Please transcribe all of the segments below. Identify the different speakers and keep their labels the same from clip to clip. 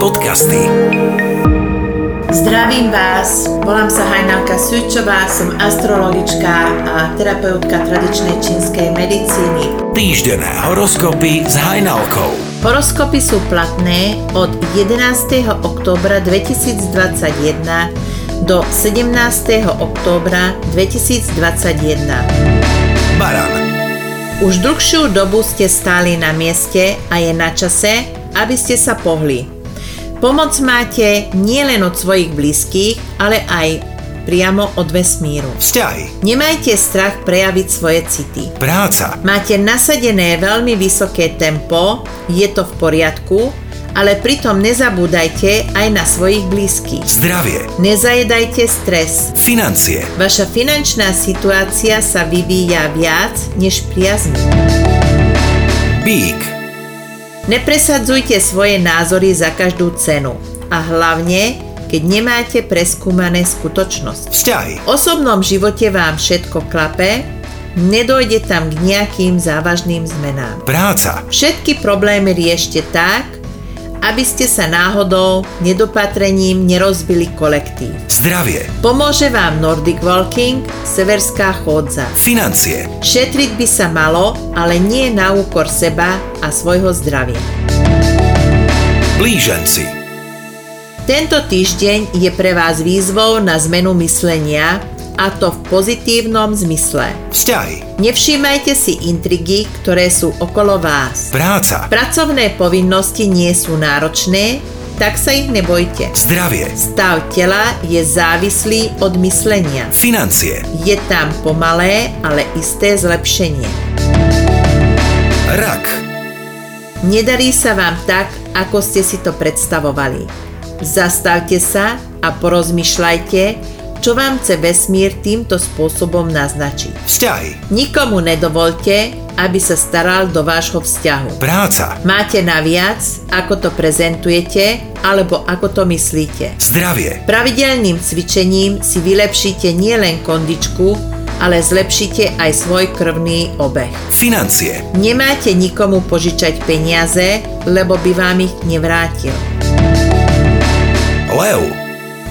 Speaker 1: Podcasty.
Speaker 2: Zdravím vás, volám sa Hajnalka Sučová, som astrologička a terapeutka tradičnej čínskej medicíny.
Speaker 1: Týždené horoskopy s Hajnalkou.
Speaker 2: Horoskopy sú platné od 11. októbra 2021 do 17. októbra 2021.
Speaker 1: Baran,
Speaker 2: Už dlhšiu dobu ste stáli na mieste a je na čase, aby ste sa pohli. Pomoc máte nielen od svojich blízkych, ale aj priamo od vesmíru.
Speaker 1: vzťahy,
Speaker 2: Nemajte strach prejaviť svoje city.
Speaker 1: práca,
Speaker 2: Máte nasadené veľmi vysoké tempo, je to v poriadku, ale pritom nezabúdajte aj na svojich blízkych.
Speaker 1: zdravie,
Speaker 2: Nezajedajte stres.
Speaker 1: financie,
Speaker 2: Vaša finančná situácia sa vyvíja viac než priazne.
Speaker 1: bík,
Speaker 2: Nepresadzujte svoje názory za každú cenu a hlavne, keď nemáte preskúmané skutočnosti.
Speaker 1: vzťahy,
Speaker 2: V osobnom živote vám všetko klape, nedojde tam k nejakým závažným zmenám.
Speaker 1: práca,
Speaker 2: Všetky problémy riešte tak, aby ste sa náhodou, nedopatrením nerozbili kolektív.
Speaker 1: zdravie,
Speaker 2: Pomôže vám Nordic Walking, severská chôdza.
Speaker 1: financie,
Speaker 2: Šetriť by sa malo, ale nie na úkor seba a svojho zdravia.
Speaker 1: blíženci,
Speaker 2: Tento týždeň je pre vás výzvou na zmenu myslenia, a to v pozitívnom zmysle.
Speaker 1: vzťahy,
Speaker 2: Nevšímajte si intrigy, ktoré sú okolo vás.
Speaker 1: práca,
Speaker 2: Pracovné povinnosti nie sú náročné, tak sa ich nebojte.
Speaker 1: zdravie,
Speaker 2: Stav tela je závislý od myslenia.
Speaker 1: financie,
Speaker 2: Je tam pomalé, ale isté zlepšenie.
Speaker 1: rak,
Speaker 2: Nedarí sa vám tak, ako ste si to predstavovali. Zastavte sa a porozmýšľajte, čo vám chce vesmír týmto spôsobom naznačiť.
Speaker 1: vzťahy,
Speaker 2: Nikomu nedovolte, aby sa staral do vášho vzťahu.
Speaker 1: práca,
Speaker 2: Máte na viac, ako to prezentujete alebo ako to myslíte.
Speaker 1: zdravie,
Speaker 2: Pravidelným cvičením si vylepšíte nielen kondičku, ale zlepšíte aj svoj krvný obeh.
Speaker 1: financie,
Speaker 2: Nemáte nikomu požičať peniaze, lebo by vám ich nevrátil.
Speaker 1: lev,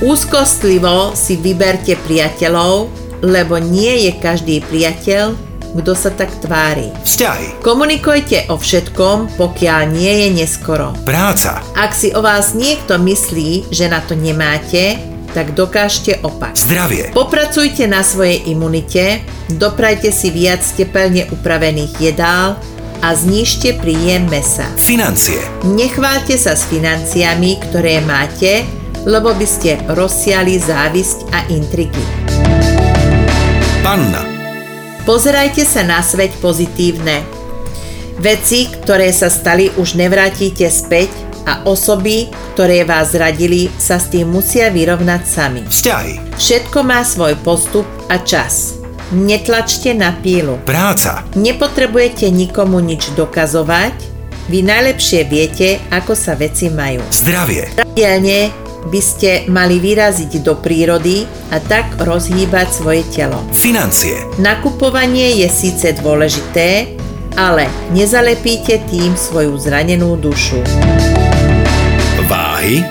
Speaker 2: Úzkostlivo si vyberte priateľov, lebo nie je každý priateľ, kto sa tak tvári.
Speaker 1: vzťahy,
Speaker 2: Komunikujte o všetkom, pokiaľ nie je neskoro.
Speaker 1: práca,
Speaker 2: Ak si o vás niekto myslí, že na to nemáte, tak dokážte opak.
Speaker 1: zdravie,
Speaker 2: Popracujte na svojej imunite, doprajte si viac tepelne upravených jedál a znížte príjem mesa.
Speaker 1: financie,
Speaker 2: Nechválte sa s financiami, ktoré máte, lebo by ste rozsiali závisť a intrigy.
Speaker 1: panna,
Speaker 2: Pozerajte sa na svet pozitívne. Veci, ktoré sa stali, už nevrátite späť a osoby, ktoré vás zradili, sa s tým musia vyrovnať sami.
Speaker 1: vzťahy,
Speaker 2: Všetko má svoj postup a čas. Netlačte na pílu.
Speaker 1: práca,
Speaker 2: Nepotrebujete nikomu nič dokazovať, vy najlepšie viete, ako sa veci majú.
Speaker 1: zdravie,
Speaker 2: Pravidelne by ste mali vyraziť do prírody a tak rozhýbať svoje telo.
Speaker 1: financie,
Speaker 2: Nakupovanie je síce dôležité, ale nezalepíte tým svoju zranenú dušu.
Speaker 1: váhy,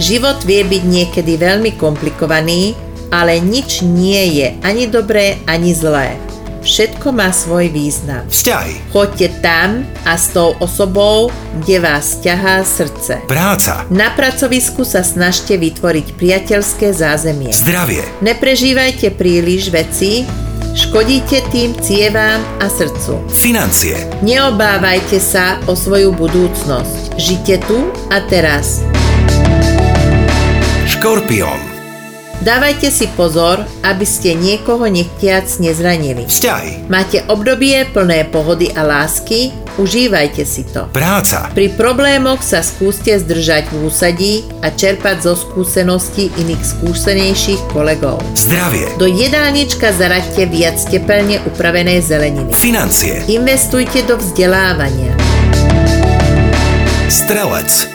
Speaker 2: Život vie byť niekedy veľmi komplikovaný, ale nič nie je ani dobré, ani zlé. Všetko má svoj význam.
Speaker 1: vzťahy,
Speaker 2: Choďte tam a s tou osobou, kde vás ťahá srdce.
Speaker 1: práca,
Speaker 2: Na pracovisku sa snažte vytvoriť priateľské zázemie.
Speaker 1: zdravie,
Speaker 2: Neprežívajte príliš veci, škodíte tým cievám a srdcu.
Speaker 1: financie,
Speaker 2: Neobávajte sa o svoju budúcnosť. Žite tu a teraz.
Speaker 1: škorpión,
Speaker 2: Dávajte si pozor, aby ste niekoho nechtiac nezranili.
Speaker 1: vzťahy,
Speaker 2: Máte obdobie plné pohody a lásky, užívajte si to.
Speaker 1: práca,
Speaker 2: Pri problémoch sa skúste zdržať v úsadí a čerpať zo skúseností iných skúsenejších kolegov.
Speaker 1: zdravie,
Speaker 2: Do jedálnička zaraďte viac tepelne upravenej zeleniny.
Speaker 1: financie,
Speaker 2: Investujte do vzdelávania.
Speaker 1: strelec,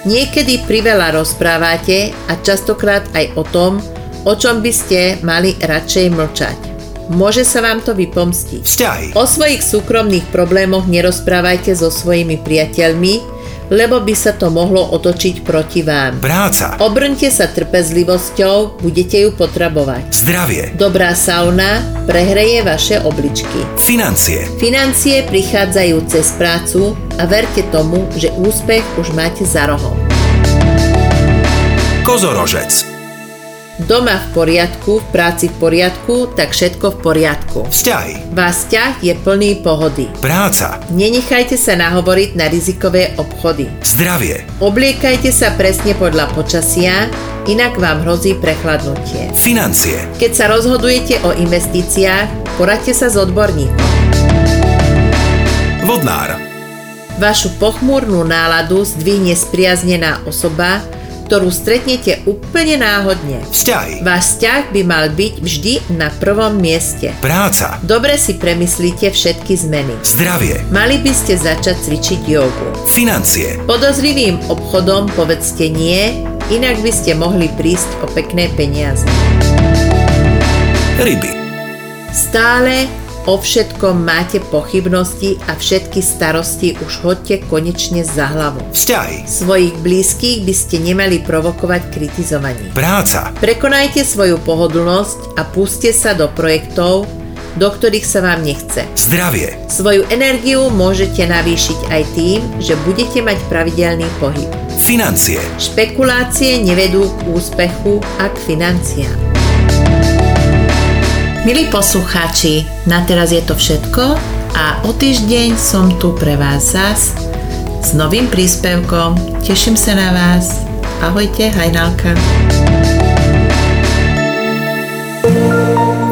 Speaker 2: Niekedy priveľa rozprávate a častokrát aj o tom, o čom by ste mali radšej mlčať. Môže sa vám to vypomstiť.
Speaker 1: vzťahy,
Speaker 2: O svojich súkromných problémoch nerozprávajte so svojimi priateľmi, lebo by sa to mohlo otočiť proti vám.
Speaker 1: Práca.
Speaker 2: Obrňte sa trpezlivosťou, budete ju potrebovať.
Speaker 1: Zdravie.
Speaker 2: Dobrá sauna prehreje vaše obličky.
Speaker 1: Financie.
Speaker 2: Financie prichádzajú cez prácu a verte tomu, že úspech už máte za rohom.
Speaker 1: Kozorožec.
Speaker 2: Doma v poriadku, v práci v poriadku, tak všetko v poriadku.
Speaker 1: Vzťahy.
Speaker 2: Váš ťah je plný pohody.
Speaker 1: Práca.
Speaker 2: Nenechajte sa nahovoriť na rizikové obchody.
Speaker 1: Zdravie.
Speaker 2: Obliekajte sa presne podľa počasia, inak vám hrozí prechladnutie.
Speaker 1: Financie.
Speaker 2: Keď sa rozhodujete o investíciách, poradte sa s odborníkom.
Speaker 1: Vodnár.
Speaker 2: Vašu pochmúrnú náladu zdvihne spriaznená osoba, ktorú stretnete úplne náhodne.
Speaker 1: Vzťahy.
Speaker 2: Váš vzťah by mal byť vždy na prvom mieste.
Speaker 1: Práca.
Speaker 2: Dobre si premyslíte všetky zmeny.
Speaker 1: Zdravie.
Speaker 2: Mali by ste začať cvičiť jogu.
Speaker 1: Financie.
Speaker 2: Podozrivým obchodom povedzte nie, inak by ste mohli prísť o pekné peniaze.
Speaker 1: Ryby.
Speaker 2: Stále o všetkom máte pochybnosti a všetky starosti už hoďte konečne za hlavu.
Speaker 1: Vzťahy.
Speaker 2: Svojich blízkych by ste nemali provokovať kritizovaním.
Speaker 1: Práca.
Speaker 2: Prekonajte svoju pohodlnosť a puste sa do projektov, do ktorých sa vám nechce.
Speaker 1: Zdravie.
Speaker 2: Svoju energiu môžete navýšiť aj tým, že budete mať pravidelný pohyb.
Speaker 1: Financie.
Speaker 2: Špekulácie nevedú k úspechu a k financiám. Milí poslucháči, na teraz je to všetko a o týždeň som tu pre vás zas s novým príspevkom. Teším sa na vás. Ahojte, hajnalka.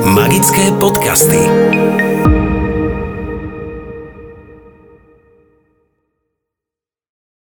Speaker 1: Magické podcasty.